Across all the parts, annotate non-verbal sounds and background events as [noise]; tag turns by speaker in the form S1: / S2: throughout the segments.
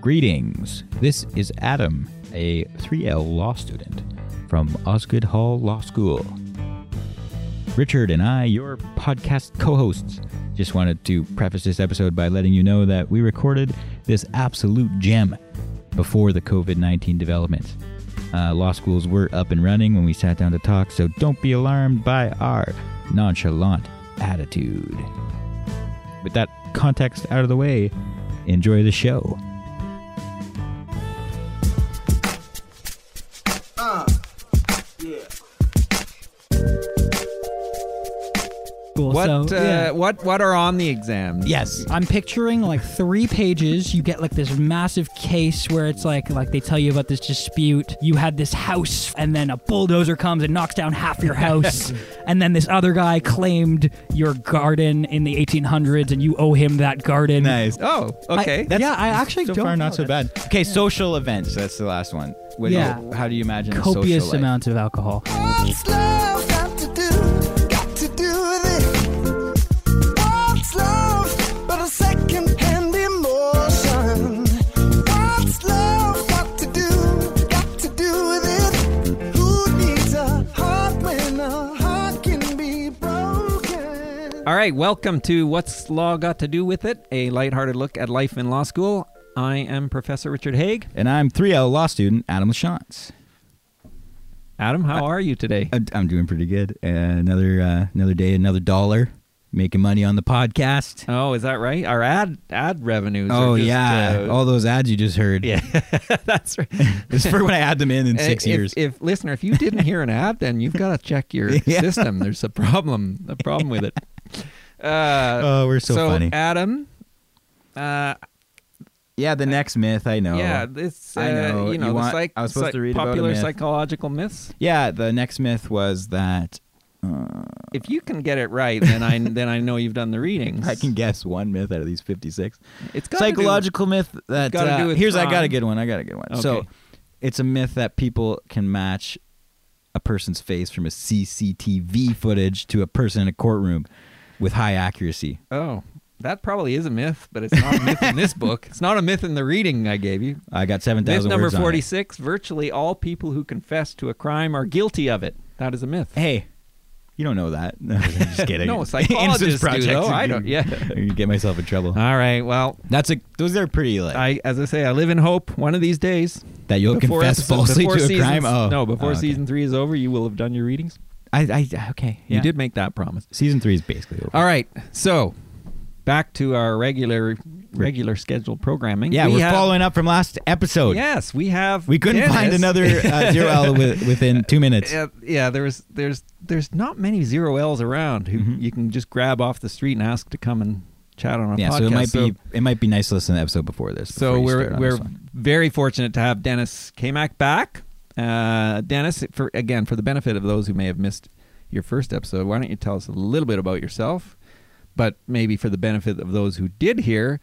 S1: Greetings. This is Adam, a 3L law student from Osgood Hall Law School. Richard and I, your podcast co hosts, just wanted to preface this episode by letting you know that we recorded this absolute gem before the COVID 19 developments. Uh, law schools were up and running when we sat down to talk, so don't be alarmed by our nonchalant attitude. With that context out of the way, enjoy the show.
S2: Cool.
S3: What
S2: so,
S3: uh,
S2: yeah.
S3: what what are on the exams?
S1: Yes.
S2: I'm picturing like three pages. You get like this massive case where it's like like they tell you about this dispute. You had this house, and then a bulldozer comes and knocks down half your [laughs] house, and then this other guy claimed your garden in the 1800s, and you owe him that garden.
S3: Oh,
S2: I-
S3: okay.
S1: That's-
S2: yeah, I actually
S1: so
S2: don't
S1: far not
S2: know.
S1: so bad. Okay, social events. That's the last one. What do you-
S2: Yeah.
S1: how do you imagine a
S2: copious
S1: social life?
S2: amounts of alcohol.
S4: What's love got to do? Got to do with it. What's love but a second-hand emotion? What's love got to do? Got to do with it. Who needs a heart when a heart can be broken?
S3: All right. Welcome to What's Law Got to Do with It? A lighthearted look at life in law school. I am Professor Richard Haig.
S1: And I'm 3L law student Adam Lachance.
S3: Adam, how are you today?
S1: I'm, I'm doing pretty good. Uh, another uh, another day, another dollar, making money on the podcast.
S3: Oh, is that right? Our ad ad revenues. are
S1: oh
S3: just,
S1: yeah,
S3: uh,
S1: all those ads you just heard.
S3: yeah. [laughs] That's right.
S1: [laughs] it's for when I add them in
S3: [laughs]
S1: in six
S3: if,
S1: years.
S3: If listener, if you didn't hear an ad, then you've got to check your
S1: [laughs] Yeah.
S3: system. There's a problem. A problem with it. Uh,
S1: [laughs] oh, we're so, funny.
S3: Adam. Uh,
S1: yeah, the next myth I know.
S3: Yeah, this uh,
S1: I know.
S3: you
S1: You
S3: know
S1: want-
S3: the psych,
S1: I was supposed
S3: psych-
S1: to read about a
S3: popular
S1: myth.
S3: psychological myths.
S1: Yeah, the next myth was that [laughs] uh,
S3: If you can get it right, then I then I know you've done the readings.
S1: I can guess one myth out of these fifty-six.
S3: [laughs] It's got
S1: psychological myth that
S3: gotta
S1: uh,
S3: do with
S1: here's I got a
S3: crime.
S1: good one. I got a good one. So
S3: Okay.
S1: it's a myth that people can match a person's face from a CCTV footage to a person in a courtroom with high accuracy.
S3: To do, oh, that probably is a myth, but it's not a myth in this book. It's not a myth in the reading I gave you.
S1: I got seven [laughs]
S3: Myth
S1: thousand
S3: number
S1: words on it.
S3: forty-six: Virtually all people who confess to a crime are guilty of it. That is a myth.
S1: Hey, you don't know that. [laughs] No, I'm
S3: [laughs]
S1: just kidding.
S3: No,
S1: Innocence
S3: psychologists do,
S1: Project.
S3: though. I don't- yeah.
S1: [laughs] I'm gonna get myself in trouble.
S3: All right. Well,
S1: That's a. Those are pretty like
S3: I as I say, I live in hope. One of these days,
S1: that. You'll
S3: before
S1: confess
S3: episode-
S1: falsely
S3: before
S1: to a
S3: seasons-
S1: crime. Oh
S3: no,
S1: Oh,
S3: before
S1: okay.
S3: season three is over, you will have done your readings.
S1: I, I okay. yeah.
S3: You did make that promise.
S1: Season three is basically over.
S3: All right. So, back to our regular regular scheduled programming.
S1: yeah,
S3: we
S1: we are
S3: have-
S1: following up from last episode.
S3: Yes, we have.
S1: We couldn't
S3: Dennis.
S1: find another uh, zero L
S3: [laughs]
S1: with, within two minutes.
S3: Yeah, yeah, there was there's there's not many zero L's around who
S1: Mhm.
S3: you can just grab off the street and ask to come and chat on our
S1: Yeah,
S3: podcast.
S1: so it might be it might be nice to listen to the episode before this. before
S3: so
S1: you start
S3: we're
S1: on
S3: we're
S1: this one.
S3: very fortunate to have Dennis Kamak back. Uh, Dennis, for again for the benefit of those who may have missed your first episode, why don't you tell us a little bit about yourself? But maybe for the benefit of those who did hear,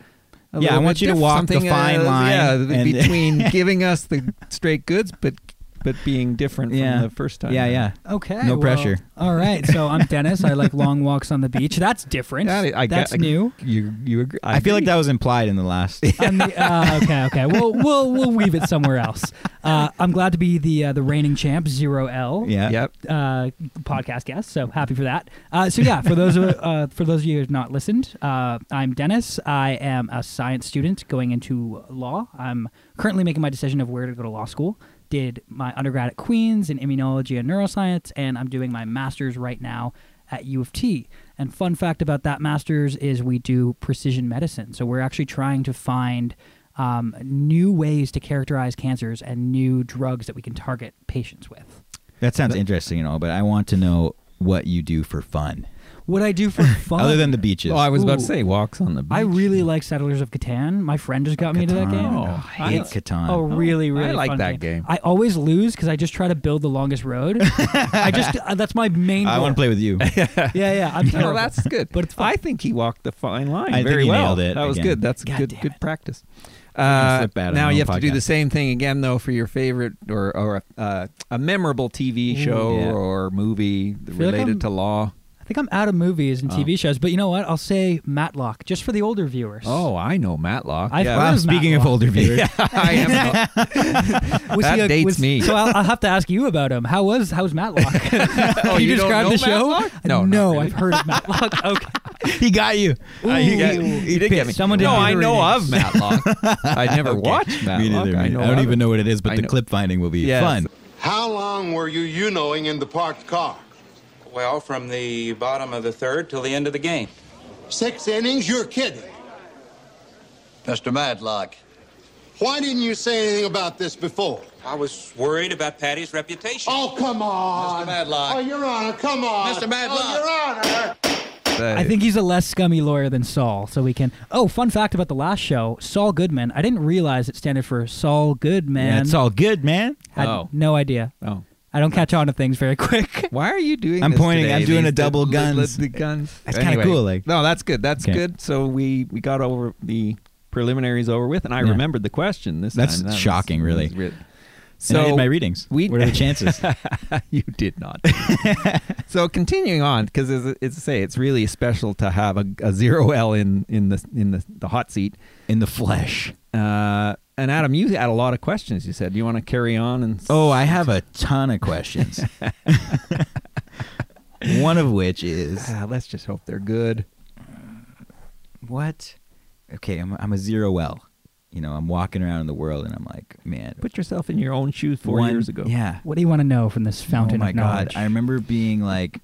S1: Yeah,
S3: a little
S1: I
S3: bit
S1: want you to
S3: diff-
S1: walk the
S3: something, uh,
S1: fine line
S3: yeah,
S1: and- [laughs]
S3: between giving us the straight goods, but but being different
S1: Yeah.
S3: from the first time.
S1: yeah yeah.
S2: Okay.
S1: No
S2: well,
S1: pressure.
S2: All right. So I'm Dennis. I like long walks on the beach. That's different.
S3: That is- I
S2: That's
S3: gue-
S2: new.
S3: You you agree?
S1: I, feel like that was implied in the
S3: [laughs]
S1: last.
S2: [laughs] I'm the- uh, okay, okay. We'll we'll we'll weave it somewhere else. Uh, I'm glad to be the uh, the reigning champ, zero L.
S1: yeah.
S3: Yep.
S2: Uh, podcast guest, so happy for that. Uh, so yeah, for those of [laughs] uh, for those of you who have not listened, uh, I'm Dennis. I am a science student going into law. I'm currently making my decision of where to go to law school. Did my undergrad at Queens in immunology and neuroscience, and I'm doing my master's right now at U of T. And fun fact about that master's is we do precision medicine. So we're actually trying to find um, new ways to characterize cancers and new drugs that we can target patients with.
S1: That sounds interesting and all, but I want to know what you do for fun
S2: What I
S3: [laughs]
S2: do for fun.
S1: other than the beaches.
S3: Oh, I was about to
S2: Ooh.
S3: say walks on the beach.
S2: I really like Settlers of Catan. My friend just got me into that
S1: Catan.
S2: game. Oh,
S1: Oh, I hate
S2: It's
S1: Catan.
S2: A really,
S3: oh, I
S2: really
S3: like
S2: fun
S3: that game.
S2: I always lose because I just try to build the longest
S3: [laughs]
S2: road. I just uh, that's my main.
S1: I want to play with you.
S2: play. Yeah, yeah.
S3: [laughs]
S2: I'm
S3: No,
S2: terrible.
S3: that's good.
S2: But it's fun.
S3: I think he walked the fine line
S1: I think
S3: very
S1: he
S3: well.
S1: nailed it
S3: that was
S1: again.
S3: good. That's
S2: God
S3: good.
S2: damn
S3: Good
S2: it.
S3: practice.
S1: gonna
S3: Uh,
S1: flip out on
S3: now
S1: the
S3: you have to do
S1: podcast.
S3: the same thing again, though, for your favorite or or a, uh, a memorable TV show
S1: Yeah.
S3: or movie
S2: like
S3: related
S2: I'm-
S3: to law.
S2: I think I'm out of movies and
S3: Oh.
S2: TV shows, but you know what? I'll say Matlock just for the older viewers.
S3: Oh, I know Matlock.
S2: I've
S3: yeah,
S2: heard
S1: Wow,
S2: of
S1: speaking of
S2: Matlock.
S1: older viewers,
S3: [laughs] I am.
S2: Was
S3: that dates
S2: was-
S3: me.
S2: So I'll, I'll have to ask you about him. How was how's
S3: [laughs]
S2: Matlock? [laughs] Can
S3: Oh,
S2: you,
S3: you don't
S2: describe
S3: know
S2: the show?
S3: Matlock? No, not
S2: no,
S3: really.
S2: I've heard of
S3: [laughs]
S2: Matlock. Okay,
S1: he got you. [laughs] Uh, he got-
S3: Ooh.
S1: he
S3: You did get
S1: pitched.
S3: me.
S2: someone did
S3: no,
S2: do
S3: I
S2: the
S3: know
S2: readings.
S3: of Matlock. I never watched Matlock.
S1: Me neither.
S3: I,
S1: man.
S3: know
S1: I don't
S3: of
S1: even
S3: it.
S1: know what it is, but
S3: I
S1: the
S3: know-
S1: clip finding will be
S3: Yes.
S1: fun.
S5: How long were you you knowing in the parked car?
S6: Well, from the bottom of the third till the end of the game.
S5: Six innings? You're kidding.
S6: Mr. Madlock.
S5: Why didn't you say anything about this before?
S6: I was worried about Patty's reputation.
S5: Oh, come on.
S6: Mr. Madlock.
S5: Oh, Your Honor, come on.
S6: Mr. Madlock.
S5: Oh, Your Honor.
S3: Uh,
S2: I think he's a less scummy lawyer than Saul, so we can. Oh, fun fact about the last show: Saul Goodman. I didn't realize it standard for Saul Goodman.
S1: Yeah, it's all good, man.
S2: Had
S3: Oh.
S2: no idea.
S3: Oh.
S2: I don't catch on to things very [laughs] quick.
S3: Why are you doing?
S1: I'm
S3: this
S1: pointing,
S3: today?
S1: I'm doing
S3: These
S1: a double
S3: the-
S1: guns.
S3: The, the guns.
S1: That's kinda cool, like-
S3: no, that's good. That's
S1: Okay.
S3: good. So we we got over the preliminaries over with, and I
S1: Yeah.
S3: remembered the question this
S1: That's
S3: time. That was-
S1: shocking, really.
S3: was re-
S1: So I
S3: So
S1: did my readings.
S3: we-
S1: what are the chances?
S3: [laughs] you did
S1: [laughs]
S3: not. so continuing on, because as, as I say, it's really special to have a, a zero L in in the in the, the hot seat.
S1: In the flesh.
S3: Uh, and Adam, you had a lot of questions. You said, "Do you want to carry on?" And s-
S1: Oh, I have a ton of questions. One of which is
S3: Ah, let's just hope they're good.
S1: what? Okay, I'm, I'm a zero L. You know, I'm walking around in the world and I'm like, man,
S3: Put yourself in your own shoes four
S1: one-
S3: years ago.
S1: Yeah.
S2: What do you want to know from this fountain
S1: oh my
S2: of
S1: god!
S2: knowledge?
S1: I remember being like,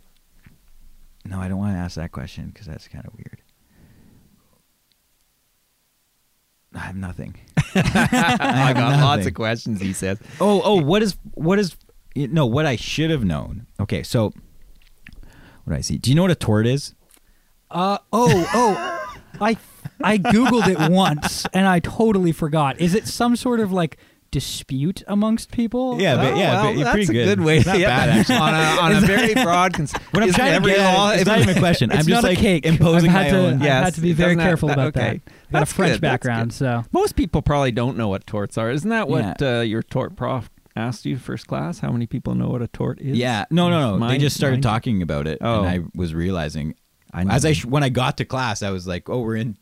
S1: no, I don't want to ask that question because that's kind of weird. I have nothing.
S3: I got lots
S1: nothing.
S3: of questions. He says,
S1: Oh, oh, what is what is you no? What I should have known. Okay, so what do I see? Do you know what a tort is?
S2: Uh oh oh, I I googled it once and I totally forgot. Is it some sort of like dispute amongst people?
S1: Yeah,
S3: Oh,
S1: but yeah,
S3: well,
S1: but you're
S3: that's
S1: pretty
S3: a
S1: good.
S3: good way.
S1: It's not
S3: [laughs] Yeah.
S1: bad actually.
S3: on a, on a very broad. Cons-
S1: What I'm
S3: Isn't
S1: trying to
S3: every
S1: get
S3: law-
S1: at, is- it's
S3: [laughs]
S1: not even a question.
S2: It's
S1: I'm
S2: not
S1: just
S2: a
S1: like
S2: cake.
S1: imposing
S2: I've had
S1: my
S2: to,
S1: own.
S2: I've
S3: Yes,
S2: had to be
S3: it
S2: very
S3: doesn't have-
S2: careful
S3: that-
S2: about that.
S3: okay.
S2: I've got a
S3: That's
S2: French
S3: good, that's
S2: background,
S3: good.
S2: so
S3: Most people probably don't know what torts are. Isn't that what
S1: Yeah.
S3: uh, your tort prof asked you first class? How many people know what a tort is?
S1: Yeah, no, no, no. they
S3: Mine-
S1: just started
S3: mine-
S1: talking about it,
S3: Oh.
S1: and I was realizing
S3: I
S1: as
S3: know.
S1: I sh- when I got to class, I was like, "Oh, we're in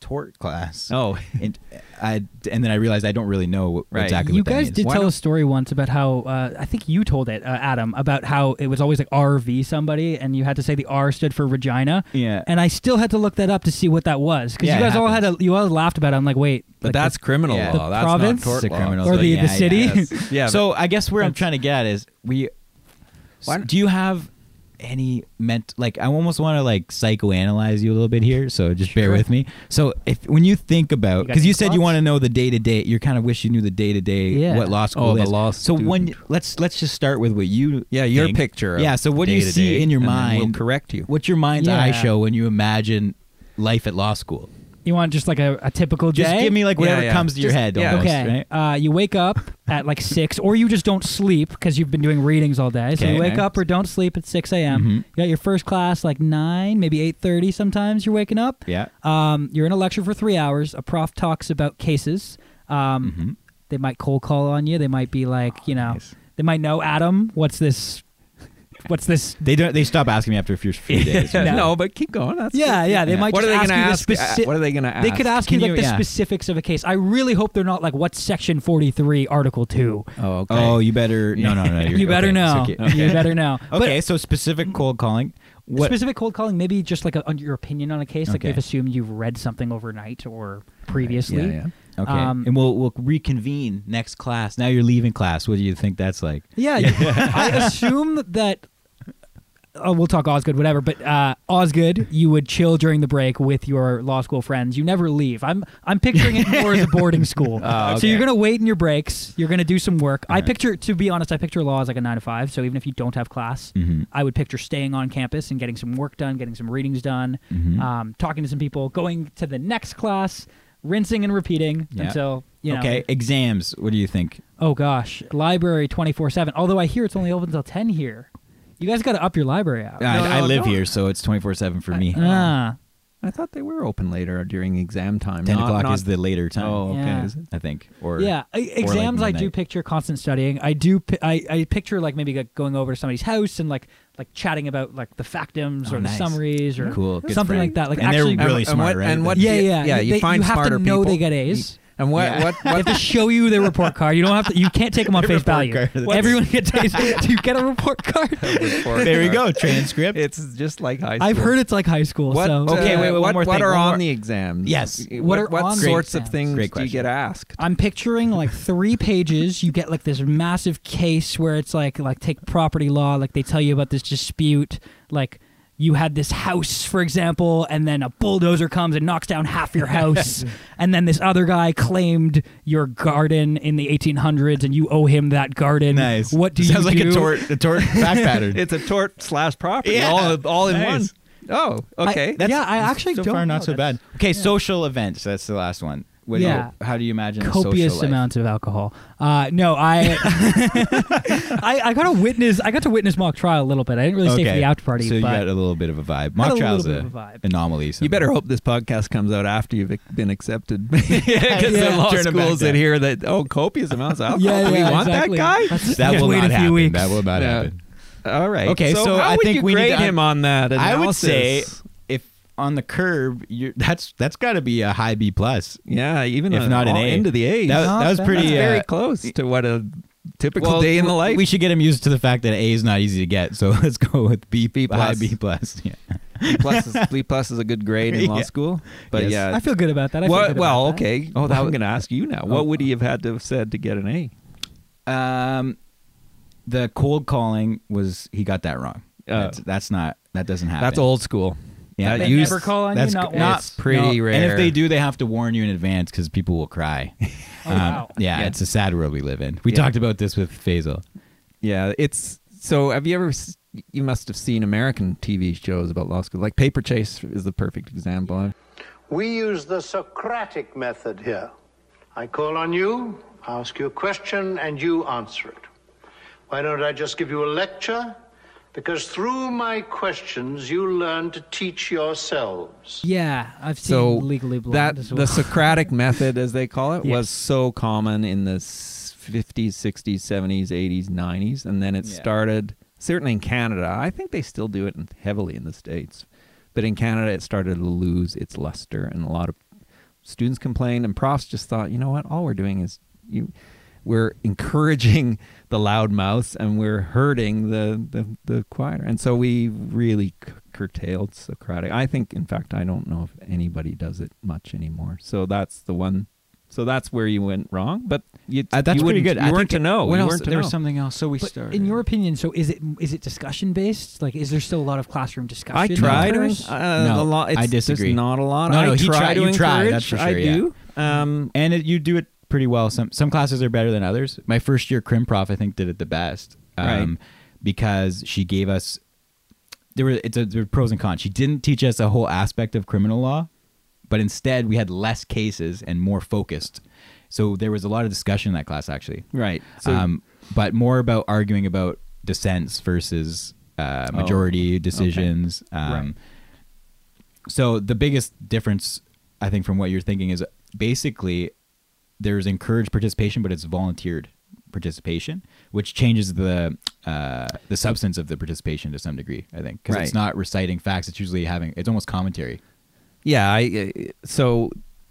S1: tort class."
S3: Oh, [laughs]
S1: and uh, I and then I realized I don't really know what,
S3: Right.
S1: exactly.
S2: you
S1: what that
S2: guys
S1: means.
S2: did
S3: Why
S2: tell
S3: don't-
S2: a story once about how uh, I think you told it, uh, Adam, about how it was always like RV somebody, and you had to say the R stood for Regina.
S1: Yeah.
S2: and I still had to look that up to see what that was because
S1: Yeah,
S2: you
S1: it
S2: guys all had a, you all laughed about. it. I'm like, wait,
S3: but
S2: like,
S3: that's criminal
S1: yeah.
S3: law.
S1: The
S3: that's
S2: province?
S3: not
S1: It's
S3: tort
S1: a
S3: law.
S1: criminal
S2: or
S1: so
S2: the
S1: yeah,
S2: the
S1: yeah,
S2: city.
S1: that's-
S3: Yeah. but-
S1: so I guess where I'm
S2: That's-
S1: trying to get is we.
S3: Why don't-
S1: do you have any meant like I almost want to like psychoanalyze you a little bit here, so just bear
S2: Sure.
S1: with me. So if when you think about
S2: You got
S1: because you,
S2: any
S1: said you
S2: thoughts?
S1: want to know the day to day, you kind of wish you knew the day to day
S2: Yeah.
S1: what law school
S3: Oh, the
S1: is.
S3: law
S1: so when
S3: student.
S1: let's let's just start with what you
S3: Yeah, your
S1: think.
S3: picture of
S1: Yeah, so what do you
S3: day-to-day,
S1: see in your
S3: and then
S1: mind?
S3: we'll correct [laughs] you.
S1: What's your mind's eye
S2: Yeah.
S1: show when you imagine life at law school?
S2: you want just like a, a typical day.
S1: Just give me like
S3: Yeah,
S1: whatever
S3: yeah.
S1: comes to your
S3: Just-
S1: head.
S3: yeah.
S1: almost,
S2: Okay.
S1: right?
S2: Uh, you wake up at
S1: [laughs]
S2: like six, or you just don't sleep because you've been doing readings all day. So
S1: Okay. Mm-hmm.
S2: you wake up or don't sleep at six a.m. You got your first class like nine, maybe eight thirty. Sometimes you're waking up.
S1: Yeah.
S2: Um, you're in a lecture for three hours. A prof talks about cases. Um, They might cold call on you. They might be like, you know,
S1: nice.
S2: they might know Adam. What's this? [laughs] What's this?
S1: They don't. They stop asking me after a few, [laughs] few days.
S3: no.
S2: No.
S3: but keep going. That's
S2: Yeah, yeah. They might
S3: What are
S2: just
S3: they gonna
S2: ask
S3: ask?
S2: you the
S3: Uh,
S2: speci-
S3: what are they going to ask?
S2: They could ask you
S1: Can
S2: like
S1: you-
S2: the
S1: yeah.
S2: specifics of a case. I really hope they're not like what's section forty three, article two.
S3: Oh, okay.
S1: Oh, you better. No, no, no. You're,
S2: [laughs] you better
S1: okay,
S2: know.
S1: it's Okay.
S2: You better [laughs] know.
S1: [laughs] Okay, so specific cold calling.
S2: But
S1: What?
S2: specific cold calling, maybe just like a, on your opinion on a case. Like
S1: Okay.
S2: they've assumed you've read something overnight or previously.
S3: yeah.
S1: okay,
S2: um,
S1: and we'll we'll reconvene next class. Now you're leaving class. What do you think that's like?
S2: Yeah, you- I
S1: [laughs]
S2: assume that. Oh, we'll talk Osgood, whatever. But uh, Osgood, you would chill during the break with your law school friends. You never leave. I'm I'm picturing it more as a
S1: [laughs]
S2: boarding school.
S1: Ah,
S2: So you're gonna wait in your breaks. You're gonna do some work. I picture, to be honest, I picture law as like a nine to five. So even if you don't have class,
S1: Mm-hmm.
S2: I would picture staying on campus and getting some work done, getting some readings done,
S1: Mm-hmm.
S2: um, talking to some people, going to the next class, rinsing and repeating
S1: Yeah.
S2: until you know.
S1: okay, exams. What do you think?
S2: Oh gosh, library twenty four seven. Although I hear it's only open until ten here. You guys got to up your library out.
S1: I,
S3: no,
S1: I live
S3: no.
S1: here, so it's twenty four seven for me.
S2: Ah,
S3: I thought they were open later during exam time.
S1: 10
S3: not-
S1: o'clock
S3: not-
S1: is the later time,
S3: Oh, okay.
S2: Yeah.
S3: Is it?
S1: I think. Or
S2: yeah, I- exams I do
S1: midnight.
S2: picture constant studying. I do pi- I, I picture like maybe like, going over to somebody's house and like like chatting about like the factums
S1: Oh,
S2: or
S1: nice.
S2: the summaries or
S1: Cool, good
S2: something
S1: friend.
S2: like that. Like
S1: And they're
S2: actually,
S1: really
S3: and,
S1: smart,
S3: and what,
S1: right?
S3: And
S2: [laughs]
S3: what?
S2: yeah, yeah,
S3: yeah. You
S2: They-
S3: find
S2: have
S3: smarter
S2: to know
S3: people.
S2: they get A's.
S3: And what?
S1: Yeah.
S3: What?
S1: [laughs]
S2: They have to show you their report card. You don't have to. You can't take them on
S1: Their
S2: face
S1: report
S2: value.
S1: card. That's-
S2: Everyone gets A's. Do you get a
S1: [laughs]
S2: report card?
S3: What?
S1: There you go, transcript.
S3: It's just like high school.
S2: I've heard it's like high school.
S3: What,
S2: so
S1: Okay, wait, wait, one
S3: what,
S1: more
S3: what
S1: thing,
S3: are
S1: one
S3: on
S1: more.
S3: the exams?
S1: Yes.
S2: What
S3: What,
S2: are
S3: what
S2: on the
S3: sorts of
S2: exams?
S3: things
S1: Great
S3: do you
S1: question. [laughs]
S3: get asked?
S2: I'm picturing like three pages. You get like this massive case where it's like like take property law. Like they tell you about this dispute. Like you had this house, for example, and then a bulldozer comes and knocks down half
S1: [laughs]
S2: your house, and then this other guy claimed your garden in the 1800s, and you owe him that garden.
S1: nice.
S2: What do
S1: [laughs] Sounds
S2: you
S1: like
S2: do?
S1: a tort, a tort
S2: [laughs]
S1: fact pattern.
S3: It's a tort slash property.
S1: Yeah.
S3: All, all in
S1: Nice.
S3: one. Oh,
S2: I-
S3: okay.
S2: yeah, I actually
S1: so
S2: don't
S1: far not
S2: know.
S1: so
S2: That's-
S1: bad. Okay, social events. That's the last one. What do
S2: Yeah.
S1: you- how do you imagine a
S2: copious
S1: social life?
S2: amounts of alcohol. Uh, no,
S1: [laughs]
S2: I, [laughs] I I got to witness. I got to witness mock trial a little bit. I didn't really stay for the after party,
S1: So you
S2: but
S1: got a little bit of a vibe.
S2: a
S1: Mock
S2: little
S1: trial's
S2: bit
S1: a,
S2: of a vibe.
S1: anomaly.
S3: You better hope this podcast comes out after you've been accepted. [laughs] Because
S1: Yeah.
S3: the law
S1: Turn it back
S3: schools that
S1: down.
S3: hear that, oh, copious amounts of alcohol.
S2: yeah,
S3: Do we
S2: yeah,
S3: want
S2: exactly.
S3: that guy?
S1: [laughs]
S2: That's-
S1: That
S2: Just
S1: will
S2: wait
S1: not
S2: a few
S1: happen.
S2: weeks.
S1: That will not
S3: Yeah.
S1: happen.
S3: All right.
S1: Okay, so
S3: how
S1: I
S3: would
S1: think
S3: you
S1: we need
S3: grade
S1: to-
S3: him on that.
S1: I would say
S3: analysis?
S1: if on the curb, you're, that's that's got to be a high B plus.
S3: yeah, even
S1: if
S3: a-
S1: not an
S3: all
S1: A.
S3: into the A's.
S1: That, was-
S2: Not
S1: that was
S2: bad.
S1: pretty
S3: That's
S1: uh,
S3: very close to what a typical
S1: well,
S3: day in the life.
S1: We should get him used to the fact that A is not easy to get. So [laughs] let's go with B B
S3: plus.
S1: high B plus. [laughs] Yeah.
S3: B plus is, B plus is a good grade in law
S1: Yeah.
S3: school, but
S1: Yes.
S3: yeah.
S2: I feel good about that. I feel
S3: Well,
S2: good
S3: well, oh.
S2: about that.
S3: okay. Oh, I'm going to ask you now. What would he have had to have said to get an A?
S1: Um, the cold calling was he got that wrong. that's, Oh. that's not that doesn't happen.
S3: old school.
S1: Yeah,
S3: That
S1: They
S3: used-
S2: never call on you,
S1: That's
S2: not
S1: not
S2: once.
S3: pretty
S1: no, And
S3: rare.
S1: if they do, they have to warn you in advance because people will [laughs] cry. Um,
S2: Oh, wow.
S1: Yeah,
S3: Yeah.
S1: it's a sad world we live in. We
S3: Yeah.
S1: talked about this with Faisal.
S3: Yeah, it's so. Have you ever? s- You must have seen American TV shows about law school. Like Paper Chase is the perfect example.
S7: We use the Socratic method here. I call on you, ask you a question, and you answer it. Why don't I just give you a lecture? Because through my questions, you learn to teach yourselves.
S2: Yeah, I've seen
S3: So
S2: Legally Blonde
S3: that
S2: as well.
S3: the Socratic method, as they call it,
S2: Yes.
S3: was so common in the s- 50s, 60s, 70s, 80s, 90s, and then it
S1: Yeah.
S3: started certainly in Canada. I think they still do it in- heavily in the states, but in Canada it started to lose its luster, and a lot of students complained, and profs just thought, you know what, all we're doing is you. We're encouraging the loud mouths and we're hurting the, the, the quieter. And so we really c- curtailed Socratic. I think, in fact, I don't know if anybody does it much anymore. So that's the one. So that's where you went wrong. But you,
S1: Uh, that's
S3: you
S1: pretty
S3: wouldn't-
S1: good.
S3: You
S1: I
S3: weren't
S1: think
S3: to know.
S1: What
S3: you
S1: else?
S3: weren't to
S1: there
S3: know.
S1: was something else. So we
S2: [laughs] But
S1: started.
S2: in your opinion, so is it is it discussion based? Like, is there still a lot of classroom discussion?
S3: I try to.
S2: occurs?
S3: Uh,
S1: No,
S3: the law,
S1: I
S3: it's, there's
S1: disagree.
S3: not a lot.
S1: No,
S3: I
S1: no, he
S3: try
S1: tried-
S3: to
S1: you tried,
S3: encourage.
S1: that's for
S3: I
S1: sure, yeah.
S3: do. Um,
S1: and it, you do it pretty well. Some some classes are better than others. My first year crim prof, I think, did it the best, um,
S3: Right.
S1: Because she gave us there were it's a, there were pros and cons. She didn't teach us a whole aspect of criminal law, but instead we had less cases and more focused. So there was a lot of discussion in that class actually,
S3: right. So
S1: um, but more about arguing about dissents versus uh,
S3: Oh,
S1: majority decisions. Um,
S3: Right.
S1: So the biggest difference, I think, from what you're thinking is basically there's encouraged participation, but it's volunteered participation, which changes the uh, the substance of the participation to some degree. I think because it's
S3: Right.
S1: not reciting facts; it's usually having it's almost commentary.
S3: yeah I, uh, so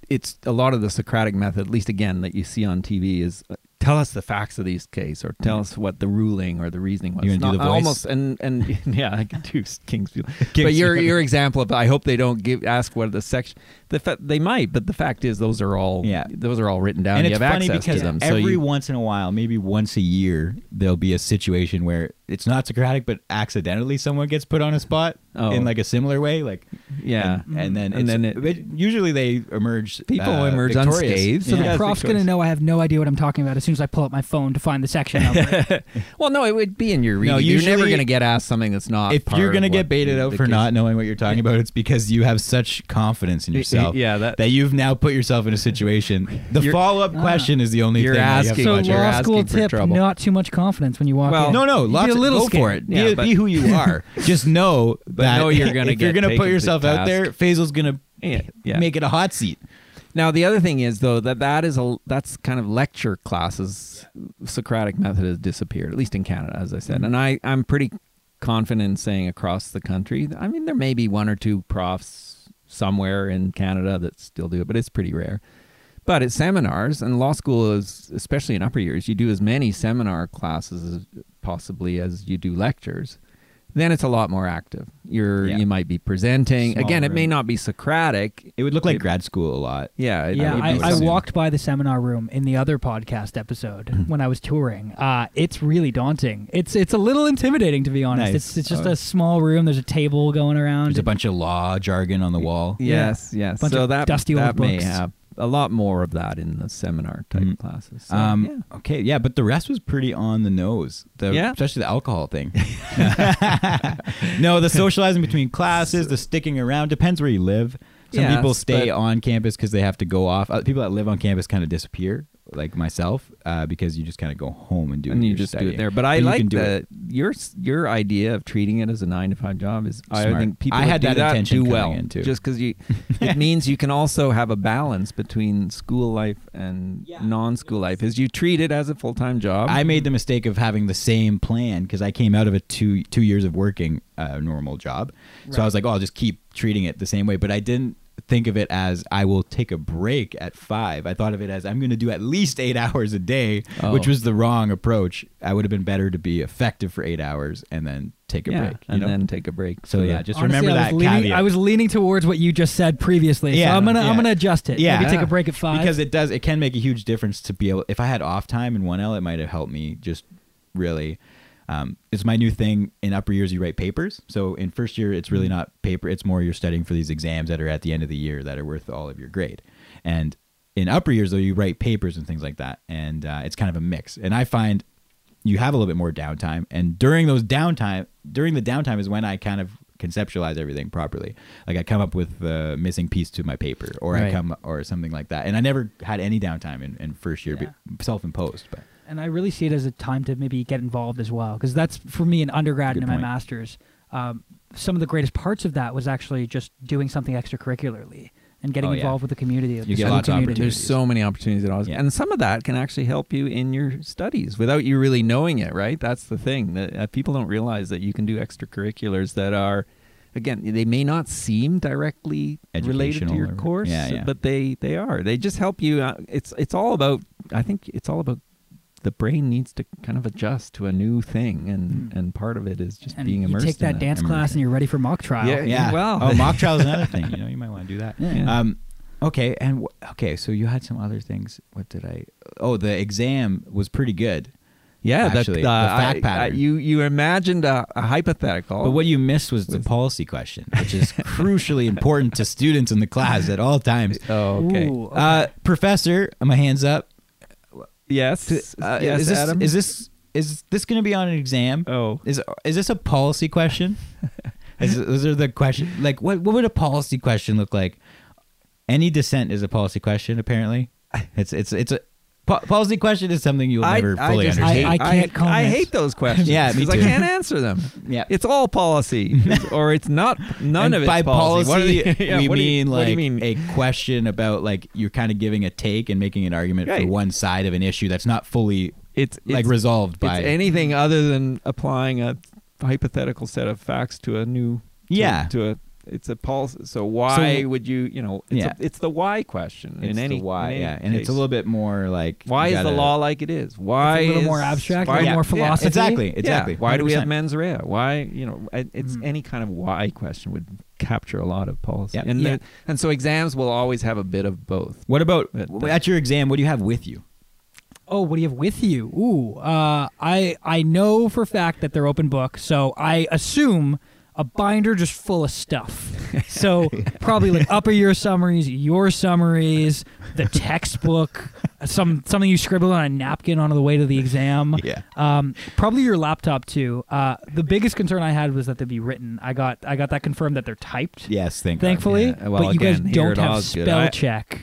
S3: it's a lot of the socratic method at least again that you see on tv is uh, tell us the facts of these case or tell us what the ruling or the reasoning was
S1: You gonna do the voice?
S3: almost and and [laughs] yeah i can do
S1: [laughs]
S3: kingsfield but
S1: Kingsfield.
S3: your your example of i hope they don't give ask what the section the fa- they might but the fact is those are all
S1: Yeah.
S3: those are all written down
S1: and
S3: Um, you
S1: it's
S3: have
S1: funny
S3: access
S1: because
S3: to them
S1: every
S3: so you,
S1: once in a while, maybe once a year, there'll be a situation where it's not Socratic, but accidentally someone gets put on a spot
S3: Oh.
S1: in like a similar way, like
S3: Yeah.
S1: and, and then
S3: And
S1: it's-
S3: then it-
S1: but usually they emerge
S3: People
S1: uh,
S3: emerge
S1: victorious.
S3: unscathed.
S2: so
S3: Yeah.
S2: the
S3: That's the
S2: prof's gonna
S3: choice.
S2: know I have no idea what I'm talking about as soon as sometimes I pull up my phone to find the section
S3: [laughs]
S2: number.
S3: Well, no, it would be in your reading.
S1: usually-
S3: you're never going to get asked something that's not.
S1: if
S3: part
S1: you're gonna
S3: of
S1: get
S3: what
S1: baited
S3: the-
S1: out
S3: the
S1: for
S3: case-
S1: not knowing what you're talking about, it's because you have such confidence in yourself.
S3: yeah, that-
S1: you've now put yourself in a situation. The
S3: You're- Ah.
S1: follow up question is the only
S3: You're
S1: thing that you have
S3: asking-
S2: so
S3: But you're
S2: law
S3: asking
S2: school
S3: for
S2: tip:
S3: trouble.
S2: not too much confidence when you walk
S3: Well,
S2: in.
S1: No, no,
S2: Be
S1: lots
S2: a little
S1: go for it.
S2: scared.
S3: Yeah,
S1: be,
S3: but-
S1: be who
S3: [laughs]
S1: you are. Just know that
S3: know you're gonna
S1: if you're
S3: get
S1: gonna
S3: taken
S1: put
S3: to
S1: yourself out
S3: task.
S1: there, Fazel's gonna
S3: Yeah, yeah.
S1: make it a hot seat.
S3: Now the other thing is though that that is a that's kind of lecture classes. Socratic method has disappeared, at least in Canada, as I said,
S2: Mm-hmm.
S3: and I I'm pretty confident in saying across the country. I mean, there may be one or two profs somewhere in Canada that still do it, but it's pretty rare. But at seminars and law school is especially in upper years, you do as many seminar classes as possibly as you do lectures. Then it's a lot more active. You're
S1: Yeah.
S3: you might be presenting.
S1: Small
S3: Again, it may
S1: room.
S3: not be Socratic.
S1: It would look like
S3: It-
S1: grad school a lot.
S3: Yeah, it
S2: Yeah,
S3: would be
S2: I, I
S3: something. Hmm.
S2: walked by the seminar room in the other podcast episode when I was touring. Uh, it's really daunting. It's it's a little intimidating to be honest.
S1: Nice.
S2: It's it's just
S1: Oh.
S2: a small room. There's a table going around.
S1: There's a bunch of law jargon on the wall.
S3: Yes, yes.
S2: Bunch
S3: so
S2: of
S3: that
S2: dusty old
S3: that may
S2: books.
S3: have a lot more of that in the seminar type
S1: Mm.
S3: classes. So,
S1: Um,
S3: yeah.
S1: Okay, yeah, but the rest was pretty on the nose. The,
S3: Yeah.
S1: Especially the alcohol
S3: [laughs]
S1: thing. [laughs] no, the socializing between classes, the sticking around depends where you live. Some
S3: Yes,
S1: people stay
S3: but-
S1: on campus because they have to go off. Uh, people that live on campus kind of disappear, like myself, uh, because you just kind of go home and do
S3: and
S1: what
S3: you
S1: you're
S3: just do
S1: studying.
S3: it there. But I
S1: you can
S3: like
S1: do it.
S3: the your your idea of treating it as a nine to five job is. I
S1: Smart.
S3: think people
S1: I
S3: that
S1: had
S3: do
S1: that
S3: that
S1: intention
S3: do
S1: coming
S3: well.
S1: in, too.
S3: Just because [laughs] you, it means you can also have a balance between school life and
S2: Yeah.
S3: non-school life. Is you treat it as a full time job.
S1: I made the mistake of having the same plan because I came out of a two two years of working uh, normal job, so I was like, oh, I'll just keep treating it the same way. But I didn't think of it as I will take a break at five. I thought of it as I'm going to do at least eight [laughs] hours a day,
S3: Oh.
S1: which was the wrong approach. I would have been better to be effective for eight hours and then take a
S3: yeah,
S1: break. You
S3: and
S1: know?
S3: then take a break.
S1: so
S3: for
S1: yeah,
S3: the-
S1: just
S2: Honestly,
S1: remember
S2: I
S1: that
S2: was leaning,
S1: caveat.
S2: I was leaning towards what you just said previously.
S1: Yeah,
S2: so I'm gonna
S1: yeah.
S2: I'm gonna adjust it.
S1: Yeah.
S2: Maybe take a break at five.
S1: because it does it can make a huge difference to be able if i had off time in 1l it might have helped me just really um, it's my new thing in upper years you write papers so in first year it's really not paper it's more you're studying for these exams that are at the end of the year that are worth all of your grade and in upper years though you write papers and things like that and uh, it's kind of a mix and i find you have a little bit more downtime and during those downtime during the downtime is when i kind of conceptualize everything properly like i come up with the missing piece to my paper or i
S3: Right.
S1: come or something like that and i never had any downtime in, in first year
S2: Yeah.
S1: be- self-imposed but
S2: and I really see it as a time to maybe get involved as well, because that's for me in undergrad
S1: Good
S2: and in
S1: point.
S2: my master's. Um, some of the greatest parts of that was actually just doing something extracurricularly and getting
S1: Oh, yeah.
S2: involved with the community. the
S1: You get
S2: school
S1: lots of
S2: community.
S1: opportunities.
S3: There's so many opportunities at all,
S1: Yeah.
S3: and some of that can actually help you in your studies without you really knowing it. Right? That's the thing that uh, people don't realize that you can do extracurriculars that are, again, they may not seem directly related to
S1: Educational
S3: your
S1: or-
S3: course,
S1: yeah, yeah.
S3: but they they are. They just help you. Uh, it's it's all about. I think it's all about the brain needs to kind of adjust to a new thing, and
S1: Hmm.
S3: and part of it is just
S2: And
S3: being
S2: you
S3: immersed.
S2: take
S3: in
S2: that dance class
S1: immersion.
S2: and you're ready for mock trial.
S3: Yeah,
S1: yeah
S3: Well-
S1: oh mock trial is
S3: [laughs]
S1: another thing you know you might want to do that
S3: Yeah.
S1: um okay and wh- okay so you had some other things what did i oh the exam was pretty good
S3: Yeah,
S1: actually,
S3: the,
S1: the
S3: uh,
S1: fact
S3: I- I-
S1: pattern.
S3: you you imagined a, a hypothetical,
S1: But what you missed was the
S3: With-
S1: policy question, which
S3: [laughs]
S1: is crucially important to students in the class at all times.
S3: Oh, okay.
S2: Ooh, okay.
S1: Uh, professor, my hands up.
S3: Yes.
S1: Uh, is this is this is this going to be on an exam?
S3: Oh.
S1: is is this a policy
S3: [laughs]
S1: question? is, is there the question like what what would a policy question look like? Any dissent is a policy question. Apparently, it's it's it's a po- policy question is something you'll never fully
S3: just
S1: understand.
S3: hate-
S2: I- I can't
S3: I
S2: comment.
S3: hate those questions.
S1: Yeah, me
S3: 'cause
S1: too.
S3: I can't answer them.
S1: [laughs] Yeah.
S3: it's
S1: [laughs]
S3: all policy, or it's not. None
S1: And
S3: of it's
S1: by
S3: policy. What are they- [laughs] yeah,
S1: we
S3: what do you-
S1: mean
S3: what
S1: like
S3: do you mean?
S1: a question about like you're kind of giving a take and making an argument for
S3: Right.
S1: one side of an issue that's not fully
S3: it's
S1: like
S3: it's-
S1: resolved
S3: it's
S1: by
S3: anything other than applying a hypothetical set of facts to a new. to-
S1: Yeah.
S3: to a it's a policy. So why would you? You know, it's,
S1: Yeah.
S3: a, it's the why question
S1: It's
S3: in
S1: the
S3: any
S1: why,
S3: in any
S1: yeah, and it's a
S3: case.
S1: little bit more like
S3: Why
S1: you
S3: is the
S1: gotta-
S3: law like it is? Why
S2: It's a little
S3: is-
S2: more abstract, a
S3: why-
S2: little more
S3: yeah,
S2: philosophy.
S1: Exactly, exactly.
S3: Yeah. Why do we have
S1: 100%.
S3: mens rea? Why, you know, it- it's any kind of why question would capture a lot of policy.
S1: Yep.
S3: And
S1: Yeah.
S3: the- and so exams will always have a bit of both.
S1: What about
S3: But
S1: w-
S3: the-
S1: at your exam? What do you have with you?
S2: Oh, what do you have with you? Ooh, uh, I I know for a fact that they're open book, so I assume a binder just full of
S3: [laughs]
S2: stuff. So probably like upper year summaries, your summaries, the textbook, some something you scribbled on a napkin on the way to the
S3: [laughs]
S2: exam.
S1: Yeah.
S2: Um, probably your laptop too. Uh, the biggest concern I had was that they'd be written. I got I got that confirmed that they're typed.
S1: [laughs] Yes, thank God.
S2: Thankfully,
S3: Yeah,
S2: but
S3: well,
S2: you
S3: again,
S2: guys
S3: here
S2: don't
S3: at
S2: have
S3: Osgood,
S2: spell
S3: I-
S2: check,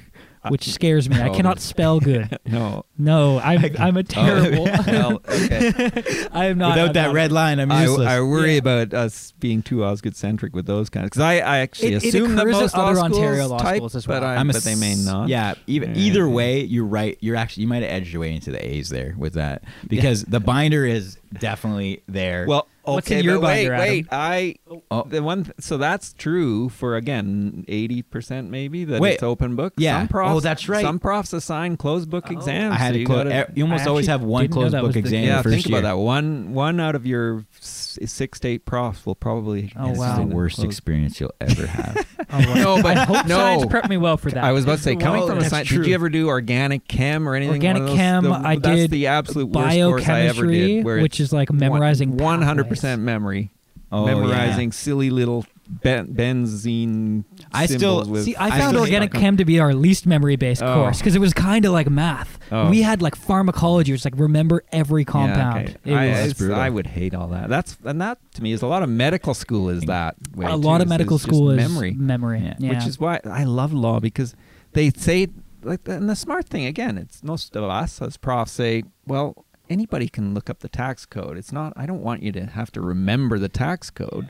S2: which scares me. I cannot spell
S3: [laughs]
S2: good.
S3: No.
S2: No, I'm
S1: [laughs]
S2: I'm a terrible.
S3: Well, okay.
S2: [laughs] I am not
S1: Oh, Without
S2: I'm
S1: that
S2: not-
S1: red line, I'm
S3: I,
S1: useless.
S3: I worry about us being too Osgood centric with those kind of because I, I actually
S2: It- it
S3: assume that
S2: occurs at
S3: most
S2: other
S3: law
S2: Ontario
S3: schools
S2: law
S3: type,
S2: schools as well.
S3: But, I,
S1: I'm a
S3: but they may
S1: s-
S3: not.
S1: Yeah, even
S3: Yeah.
S1: either way, you're right. You're actually you might have edged your way into the A's there with that because the binder is definitely there.
S3: Well, okay,
S2: What's in your
S3: but wait,
S2: binder, Adam?
S3: wait. I
S1: Oh.
S3: the one. Th- so that's true for again eighty percent maybe that
S1: Wait.
S3: it's open book.
S1: Yeah.
S3: Some profs,
S1: Oh, that's right.
S3: Some profs assign closed book exams.
S1: I had
S3: so
S1: to
S3: you
S1: close.
S3: gotta-
S1: You almost
S2: I
S1: always
S2: actually
S1: have one
S2: didn't know
S1: closed
S2: that
S1: book
S2: was the-
S1: exam. in
S3: yeah,
S1: the first
S3: think
S1: year.
S3: about that. One one out of your s- six to eight profs will probably.
S2: Oh,
S1: This
S2: wow.
S1: is the worst experience you'll ever have.
S2: Oh, well.
S3: No, [laughs] but
S2: I [laughs] hope
S3: no.
S2: science prepped me well for that.
S3: I was about to say, coming
S1: Well,
S3: from a
S1: that's
S3: science,
S1: true.
S3: did you ever do organic chem or anything?
S2: Organic
S3: One of those-
S2: chem, I
S3: that's
S2: did
S3: the absolute worst course I ever
S2: biochemistry,
S3: did, where
S2: which
S3: it's
S2: is like
S3: one-
S2: memorizing
S3: 100%
S2: pathways.
S3: memory.
S1: Oh,
S3: memorizing
S1: yeah.
S3: silly little ben- benzene
S1: I still-
S3: symbols with-
S2: See, I
S1: I
S2: found
S1: still hate
S2: organic
S1: that.
S2: chem to be our least memory-based
S3: Oh.
S2: course because it was kind of like math.
S3: Oh.
S2: We had like pharmacology, which is like remember every
S3: Yeah, okay.
S2: compound. It
S3: I,
S2: was-
S3: it's-
S1: brutal.
S3: I would hate all that. That's and that to me is a lot of medical school is that way
S2: a
S3: too,
S2: lot of
S3: is-
S2: medical
S3: is just
S2: school is
S3: memory.
S2: memory,
S1: Yeah.
S2: yeah.
S3: which is why I love law because they say like and the smart thing again it's most of us as profs say well anybody can look up the tax code it's not I don't want you to have to remember the tax code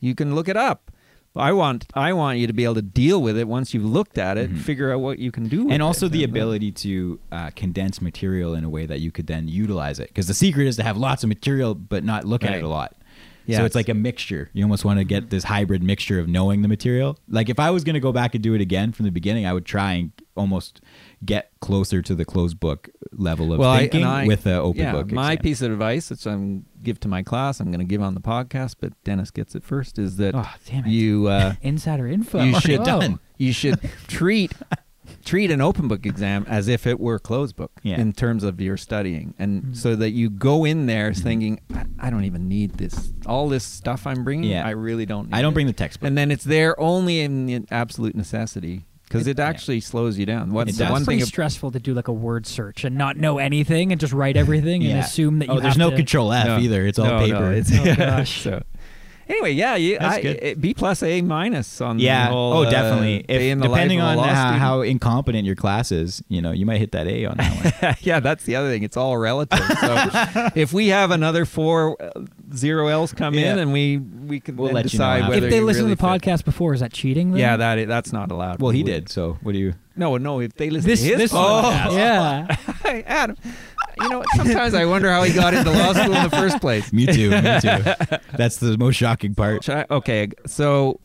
S3: you can look it up I want I want you to be able to deal with it once you've looked at it figure out what you can do with
S1: Mm-hmm. and also
S3: it.
S1: the ability to uh, condense material in a way that you could then utilize it because the secret is to have lots of material but not look at
S3: Right.
S1: it a lot so
S3: Yes. Mm-hmm.
S1: it's like a mixture you almost want to get this hybrid mixture of knowing the material like if i was going to go back and do it again from the beginning i would try and almost get closer to the closed book level of
S3: I- and
S1: thinking
S3: I-
S1: with the open
S3: yeah,
S1: book
S3: My
S1: exam.
S3: piece of advice, which I'm give to my class, I'm going to give on the podcast, but Dennis gets it first, is that
S2: Oh, damn it.
S3: you uh,
S2: insider info.
S3: you should
S2: Whoa.
S1: [laughs]
S3: you should treat treat an open book exam as if it were closed book
S1: Yeah. Mm-hmm.
S3: in terms of your studying, and so that you go in there thinking, I, I don't even need this. All this stuff I'm bringing,
S1: Yeah.
S3: I really don't. Need
S1: i don't
S3: it."
S1: bring the textbook
S3: and then it's there only in the absolute necessity because it, actually slows you down. What's
S1: It
S3: the
S1: does.
S3: one
S2: It's pretty
S3: thing? ab-
S2: stressful to do like a word search and not know anything and just write everything and
S1: Yeah.
S2: assume that you
S1: oh there's
S2: have
S1: no
S2: to-
S1: control f
S3: No.
S1: either it's all
S3: No, no,
S1: paper [laughs]
S3: it's-
S2: Oh, gosh.
S3: [laughs] so anyway, yeah, you,
S1: That's
S3: I,
S1: good.
S3: it- B plus A minus on
S1: yeah.
S3: the whole.
S1: oh,
S3: uh,
S1: definitely.
S3: day in
S1: if
S3: the life
S1: depending
S3: of a
S1: on
S3: law
S1: how,
S3: student.
S1: how incompetent your class is, you know, you might hit that A on that
S3: [laughs]
S1: one.
S3: yeah, that's the other thing. It's all relative. [laughs] So if we have another four uh, zero L's come
S1: Yeah.
S3: in, and we we can
S1: We'll
S3: then
S1: let you know
S3: decide
S1: after.
S3: whether
S2: If they
S3: you
S2: listen
S3: really
S2: to the
S3: fit.
S2: podcast before, is that cheating? Then?
S3: Yeah, that i- that's not allowed.
S1: well, he
S3: We-
S1: did. So what do you?
S3: No, no. If they listen
S2: This
S3: to his
S2: this
S3: podcast,
S2: one. [laughs] Yeah.
S3: [laughs] Hey, Adam. You [laughs] know, what? sometimes I wonder how he got into law school in the first place.
S1: Me too. Me too. That's the most shocking part.
S3: [laughs] Should I- okay, so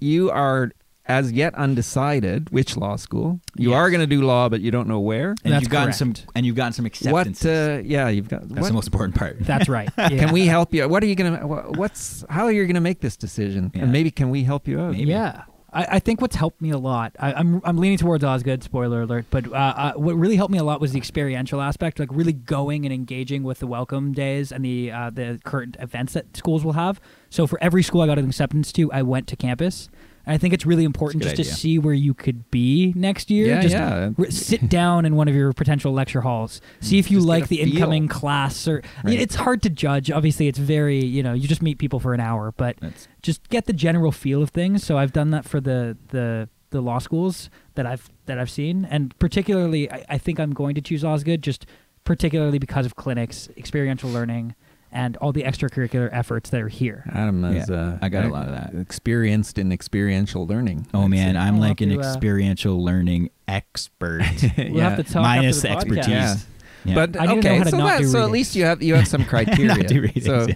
S3: you are as yet undecided which law school. You are going to do law, but you don't know where.
S1: And
S2: That's
S1: you've gotten some.
S2: correct.
S1: And you've gotten some acceptance.
S3: What? Uh, yeah, you've got.
S1: That's
S3: what-
S1: the most important part.
S2: That's right.
S3: [laughs] Can we help you? What are you going to? What's how are you going to make this decision?
S1: Yeah.
S3: And maybe can we help you out?
S2: Yeah. I, I think what's helped me a lot. I, I'm I'm leaning towards Osgood. Spoiler alert! But uh, uh, what really helped me a lot was the experiential aspect, like really going and engaging with the welcome days and the uh, the current events that schools will have. So for every school I got an acceptance to, I went to campus. And I think it's really important
S1: That's a
S2: just
S1: good
S2: to
S1: idea.
S2: see where you could be next year.
S3: Yeah,
S2: just
S3: yeah.
S2: re-
S3: [laughs]
S2: sit down in one of your potential lecture halls. See if you
S3: Just get
S2: like
S3: a
S2: the
S3: feel.
S2: incoming class. Or I mean,
S1: Right.
S2: it's hard to judge. Obviously, it's very you know you just meet people for an hour, but
S1: That's-
S2: just get the general feel of things. So I've done that for the the the law schools that I've that I've seen, and particularly I, I think I'm going to choose Osgood just particularly because of clinics, experiential learning, and all the extracurricular efforts that are here.
S3: Adam is.
S1: Yeah,
S3: Uh,
S1: I got a lot of that.
S3: Experienced in experiential learning.
S1: Oh man, I'm
S2: I'll
S1: like an
S2: have to, uh,
S1: experiential learning
S3: [laughs]
S1: expert.
S2: We'll
S3: Yeah.
S2: have to talk
S1: Minus
S2: after the podcast.
S1: expertise.
S3: Yeah.
S1: Yeah.
S3: But
S2: I need to know
S3: okay,
S2: how to
S3: so,
S2: not
S3: that,
S2: do
S3: so at
S2: readings.
S3: least you have you have some
S1: [laughs]
S3: criteria.
S1: Not do readings,
S3: so,
S1: yeah.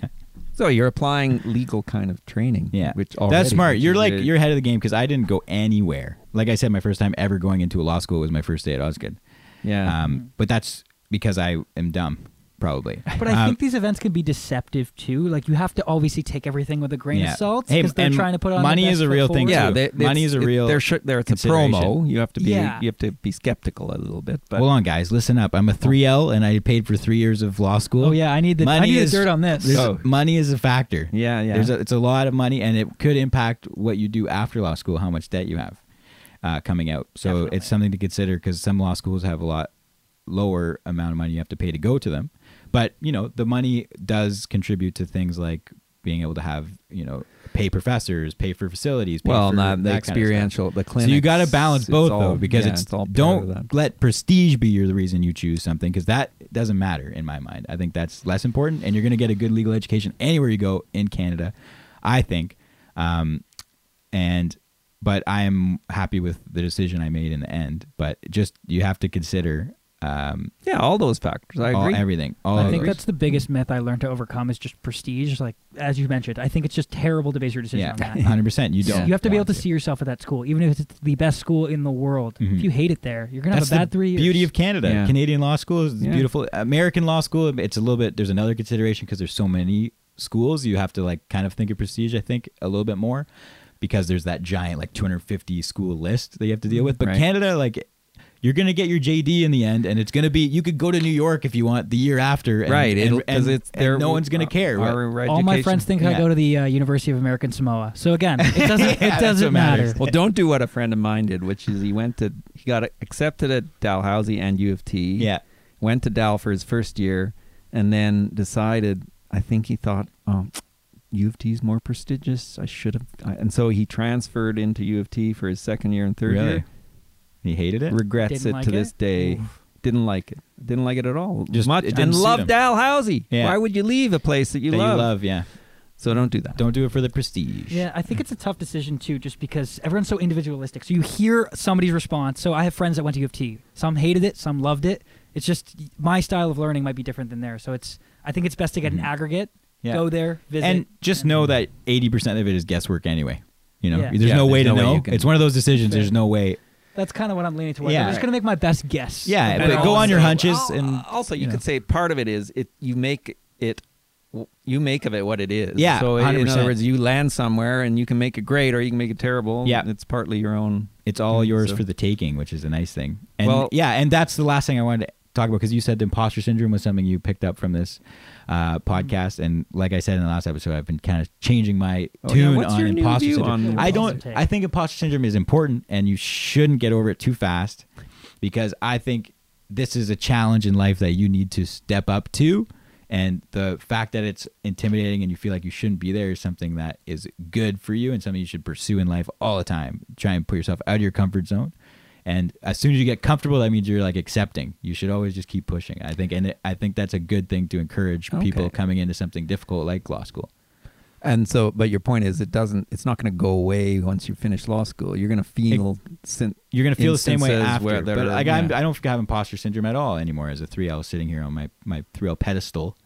S3: so you're applying legal kind of training.
S1: Yeah,
S3: which
S1: that's
S3: already-
S1: smart.
S3: which
S1: You're
S3: is
S1: like
S3: really-
S1: you're ahead of the game because I didn't go anywhere. Like I said, my first time ever going into a law school was my first day at Osgood.
S3: Yeah.
S1: um, but that's because I am dumb. probably.
S2: [laughs] But I think these events can be deceptive too. Like you have to obviously take everything with a grain
S1: Yeah.
S2: of salt
S1: Hey,
S2: because they're
S1: and
S2: trying to put on.
S1: money
S2: the
S1: is a
S2: best
S1: real
S2: foot
S1: thing,
S2: forward.
S1: too.
S3: yeah, they, they,
S1: Money is a
S3: it-
S1: real
S3: They're, sh- they're it's a promo.
S1: consideration.
S3: You have to be
S2: Yeah.
S3: you have to be skeptical a little bit. But
S1: Hold on, guys, listen up. I'm a 3L, and I paid for three years of law school.
S2: Oh yeah, I need the I
S1: Money
S2: need
S1: is-
S2: the dirt on this.
S1: There's-
S3: Oh.
S1: Money is a factor.
S3: Yeah, yeah.
S1: There's a, it's a lot of money, and it could impact what you do after law school, how much debt you have uh, coming out. So it's something to consider because some law schools have a lot lower amount of money you have to pay to go to them. But you know, the money does contribute to things like being able to have you know pay professors, pay for facilities. Pay
S3: well,
S1: for
S3: not the
S1: that kind of stuff.
S3: experiential, the
S1: So
S3: clinic.
S1: you got to balance both though, because it's,
S3: all part of that.
S1: don't let prestige be your the reason you choose something because that doesn't matter in my mind. I think that's less important, and you're going to get a good legal education anywhere you go in Canada, I think. Um, and but I am happy with the decision I made in the end. But just you have to consider um,
S3: Yeah, all those factors. I
S1: all
S3: agree.
S1: everything. All
S2: I
S1: of
S2: think
S1: those.
S2: that's the biggest myth I learned to overcome is just prestige. Like as you mentioned, I think it's just terrible to base your decision
S1: yeah,
S2: on that.
S1: [laughs] hundred percent. You don't.
S2: You have to be able
S1: want
S2: to see yourself at that school, even if it's the best school in the world. If you hate it there, you're gonna
S1: Mm-hmm. That's
S2: have a bad
S1: the
S2: three years.
S1: beauty of Canada.
S3: Yeah.
S1: Canadian law school is
S3: Yeah.
S1: beautiful. American law school, it's a little bit. There's another consideration because there's so many schools. You have to like kind of think of prestige. I think a little bit more because there's that giant like 250 school list that you have to deal with. But
S3: Right.
S1: Canada, like. You're gonna get your JD in the end, and it's gonna be. You could go to New York if you want the year after, and,
S3: right.
S1: And,
S3: it'll-
S1: and,
S3: it's
S1: and
S3: their-
S1: no one's gonna
S3: our-
S1: care. what-
S3: our
S2: all my
S3: education.
S2: friends think I
S1: Yeah.
S2: go to the uh, University of American Samoa. So
S1: [laughs]
S2: again, it doesn't
S1: Yeah,
S2: it
S1: that's
S2: doesn't
S1: what
S2: matter.
S1: matters.
S3: Well, don't do what a friend of mine did, which is he went to he got accepted at Dalhousie and U of T.
S1: Yeah.
S3: Went to Dal for his first year, and then decided. I think he thought, oh, U of T's more prestigious. I should have. I, and so he transferred into U of T for his second year and third
S1: Really?
S3: year.
S1: He hated it.
S3: Regrets
S2: Didn't
S3: it
S2: like
S3: to
S2: it?
S3: this day. Didn't like it. Didn't like it at all.
S1: Just-
S3: much
S1: it didn't
S3: and
S1: suit
S3: love
S1: him.
S3: Dalhousie.
S1: Yeah.
S3: Why would you leave a place that you
S1: That
S3: love?
S1: yeah.
S3: So don't do that.
S1: Don't do it for the prestige.
S2: Yeah, I think it's a tough decision too, just because everyone's so individualistic. So you hear somebody's response. So I have friends that went to U of T. Some hated it, some loved it. It's just my style of learning might be different than theirs. So it's I think it's best to get an aggregate,
S1: Mm-hmm. Yeah.
S2: go there, visit,
S1: and just know that 80% of it is guesswork anyway. You know,
S2: Yeah.
S1: there's
S3: Yeah,
S1: no way
S3: there's
S1: to
S3: no way
S1: know.
S3: you can-
S1: it's one of those decisions. There's no way.
S2: that's kind of what I'm leaning towards.
S1: Yeah.
S2: I'm just gonna make my best guess.
S1: Yeah,
S2: about
S1: but
S2: all
S1: go
S2: this
S1: on your
S2: stuff.
S1: hunches
S3: Al-
S1: and
S3: also you
S1: you know.
S3: could say part of it is it you make it you make of it what it is.
S1: Yeah,
S3: So in other
S1: 100%.
S3: words, you land somewhere and you can make it great or you can make it terrible.
S1: Yeah. Mm-hmm.
S3: it's partly your own.
S1: It's all yours
S3: Mm-hmm. So-
S1: for the taking, which is a nice thing. And
S3: Well-
S1: yeah, and that's the last thing I wanted to talk about because you said imposter syndrome was something you picked up from this uh, podcast. And like I said in the last episode, I've been kind of changing my
S3: Mm-hmm. Oh, yeah.
S1: tune
S3: What's
S1: on
S3: your new
S1: imposter
S3: view
S1: syndrome.
S3: on
S1: I don't.
S2: imposter take?
S1: I think imposter syndrome is important, and you shouldn't get over it too fast because I think this is a challenge in life that you need to step up to. And the fact that it's intimidating and you feel like you shouldn't be there is something that is good for you and something you should pursue in life all the time. Try and put yourself out of your comfort zone. And as soon as you get comfortable, that means you're like accepting. You should always just keep pushing. I think, and I think that's a good thing to encourage people
S3: Okay.
S1: coming into something difficult like law school.
S3: And so, but your point is, it doesn't. It's not going to go away once you finish law school. You're going to feel. sin-
S1: you're gonna feel the same way
S3: instances
S1: after.
S3: where there
S1: but
S3: are-
S1: like I'm,
S3: yeah.
S1: I don't have imposter syndrome at all anymore as a three L sitting here on my my three L pedestal.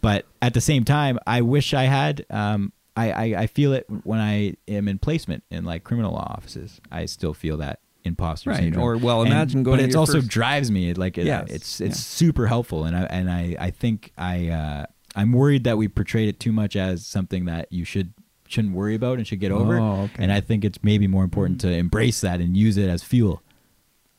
S1: But at the same time, I wish I had. Um, I, I I feel it when I am in placement in like criminal law offices. I still feel that imposter
S3: Right,
S1: syndrome.
S3: or, well,
S1: And-
S3: imagine
S1: But
S3: going to
S1: it's
S3: your
S1: also
S3: first-
S1: drives me it, like it,
S3: Yes,
S1: it's it's
S3: yeah.
S1: super helpful and I and I I think I uh, I'm worried that we portrayed it too much as something that you should shouldn't worry about and should get over.
S3: Oh, okay.
S1: And I think it's maybe more important to embrace that and use it as fuel.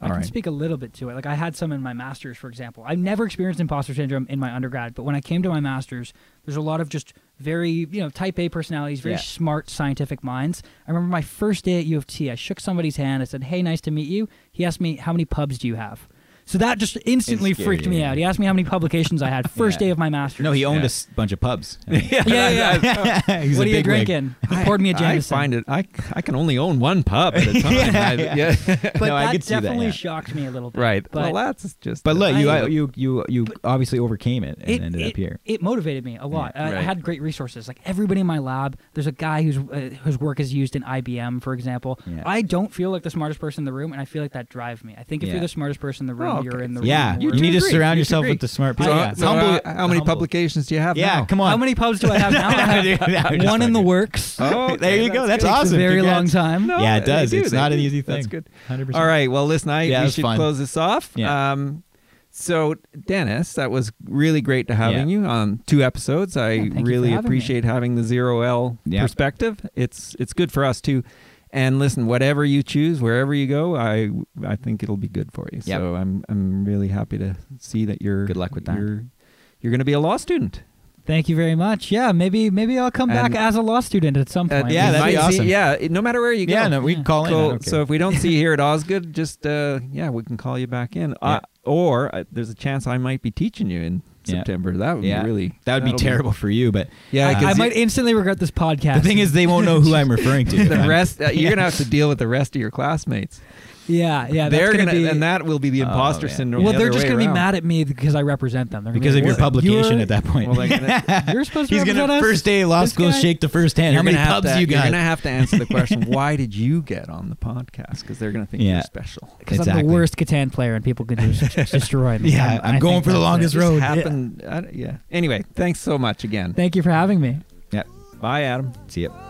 S2: I
S3: All
S2: can
S3: right.
S2: speak a little bit to it. Like I had some in my master's, for example. I've never experienced imposter syndrome in my undergrad, but when I came to my master's, there's a lot of just very, you know, type A personalities, very
S1: Yeah.
S2: smart scientific minds. I remember my first day at U of T, I shook somebody's hand. I said, "Hey, nice to meet you." He asked me, "How many pubs do you have?" So that just instantly
S1: It's
S2: freaked me
S1: scary.
S2: out. He asked me how many publications I
S1: [laughs]
S2: had first
S1: Yeah.
S2: day of my master's.
S1: No, he owned
S3: Yeah.
S1: a s- bunch of [laughs] pubs.
S3: [laughs]
S2: yeah, yeah.
S1: [laughs]
S2: yeah.
S1: He's
S2: what
S1: a
S2: are you
S1: big wig.
S2: drinking?
S1: [laughs]
S2: He poured me a
S3: I
S2: Jameson.
S3: find it. I I can only own one pub at a time. I- [laughs] yeah.
S2: But
S1: No, I
S2: that
S1: could see that,
S2: definitely
S1: yeah.
S2: shocked me a little bit.
S3: right.
S2: But
S3: well, that's just.
S1: But look, you
S2: I-
S1: you you you obviously overcame it and ended up here.
S2: It motivated me a lot. I- I
S3: right.
S2: had great resources. Like everybody in my lab, there's a guy whose uh, whose work is used in IBM, for example.
S1: Yeah.
S2: I don't feel like the smartest person in the room, and I feel like that drives me. I think if
S1: Yeah.
S2: you're the smartest person in the room,
S3: Oh, okay.
S2: you're in the
S1: Yeah,
S2: room.
S1: you
S2: more.
S3: two
S1: need to
S3: agree.
S1: surround
S3: You
S1: yourself
S3: agree.
S1: with the smart
S3: So,
S1: people. yeah,
S3: so, uh,
S1: humble,
S3: how many
S1: humble.
S3: publications do you have?
S1: Yeah, [laughs]
S3: now?
S1: come on.
S2: How many pubs do I have
S1: [laughs]
S2: now? I have
S1: I'm just
S2: one in the
S1: fucking-
S2: works.
S3: Oh,
S1: There you go. That's
S3: good.
S1: awesome.
S2: Takes a very
S1: Congrats.
S2: long time.
S1: Yeah, it
S3: they
S1: does.
S3: do,
S1: It's
S3: they
S1: not an
S3: do.
S1: easy thing.
S3: That's good.
S1: 100%.
S3: All right. Well, listen, I
S1: Yeah, that
S3: we
S1: was
S3: should
S1: fun.
S3: close this off.
S1: Yeah.
S3: Um, So, Dennis, that was really great to having
S1: Yeah.
S3: you on two episodes. I
S2: thank you for
S3: really
S2: having me.
S3: appreciate having the zero L
S1: Yeah.
S3: perspective. It's it's good for us too. And listen, whatever you choose, wherever you go, I I think it'll be good for you.
S1: Yep.
S3: So I'm I'm really happy to see that you're
S1: Good luck with that.
S3: You're, you're going to be a law student.
S2: Thank you very much. Yeah, maybe maybe I'll come back
S3: And-
S2: as a law student at some
S3: Uh,
S2: point.
S1: yeah,
S3: you
S1: that'd be
S3: might see-
S1: awesome.
S3: Yeah, no matter where you go.
S1: Yeah, no, we can call in. I
S3: So,
S1: don't care.
S3: so if we don't see you here
S1: [laughs]
S3: at Osgood, just uh, yeah, we can call you back in. Uh, or uh, there's a chance I might be teaching you in
S1: Yeah.
S3: September. That would
S1: yeah,
S3: be really
S1: that would be
S3: that'll
S1: terrible for you, but
S3: Yeah,
S2: I,
S3: because
S2: I
S3: you-
S2: might instantly regret this podcast.
S1: the thing is, they won't know who I'm referring to.
S3: [laughs] the
S1: [laughs]
S3: rest uh, you're gonna have to deal with the rest of your classmates.
S2: yeah,
S1: Uh,
S2: yeah, that's
S3: they're
S2: gonna,
S3: gonna,
S2: be,
S3: and that will be the
S1: Oh,
S3: imposter
S1: man.
S3: syndrome.
S2: Well,
S3: the
S2: they're
S3: other
S2: just
S3: way
S2: gonna be
S3: around.
S2: mad at me because I represent them. They're gonna
S1: because
S2: be
S1: of your
S2: like, "What?
S1: publication
S2: You're-
S1: at that point.
S3: Well, like,
S1: [laughs]
S2: You're supposed to
S1: He's gonna
S2: represent us.
S1: first day of law
S2: This
S1: school
S2: guy?
S1: shake the first hand.
S3: you're
S1: How many
S3: gonna have
S1: pubs
S3: to,
S1: you
S3: are
S1: got?
S3: gonna have to answer the
S1: [laughs]
S3: question: Why did you get on the podcast? Because they're gonna think
S1: Yeah.
S3: you're special.
S2: Because I'm
S1: Exactly.
S2: the worst Catan player, and people
S1: [laughs]
S2: can just destroy me.
S1: Yeah, I'm
S2: I
S1: going
S2: think
S1: for the
S2: that's it.
S1: longest
S3: This
S1: road.
S3: happened. I don't- yeah. Anyway, thanks so much again.
S2: Thank you for having me.
S1: Yeah.
S3: Bye, Adam.
S1: See ya.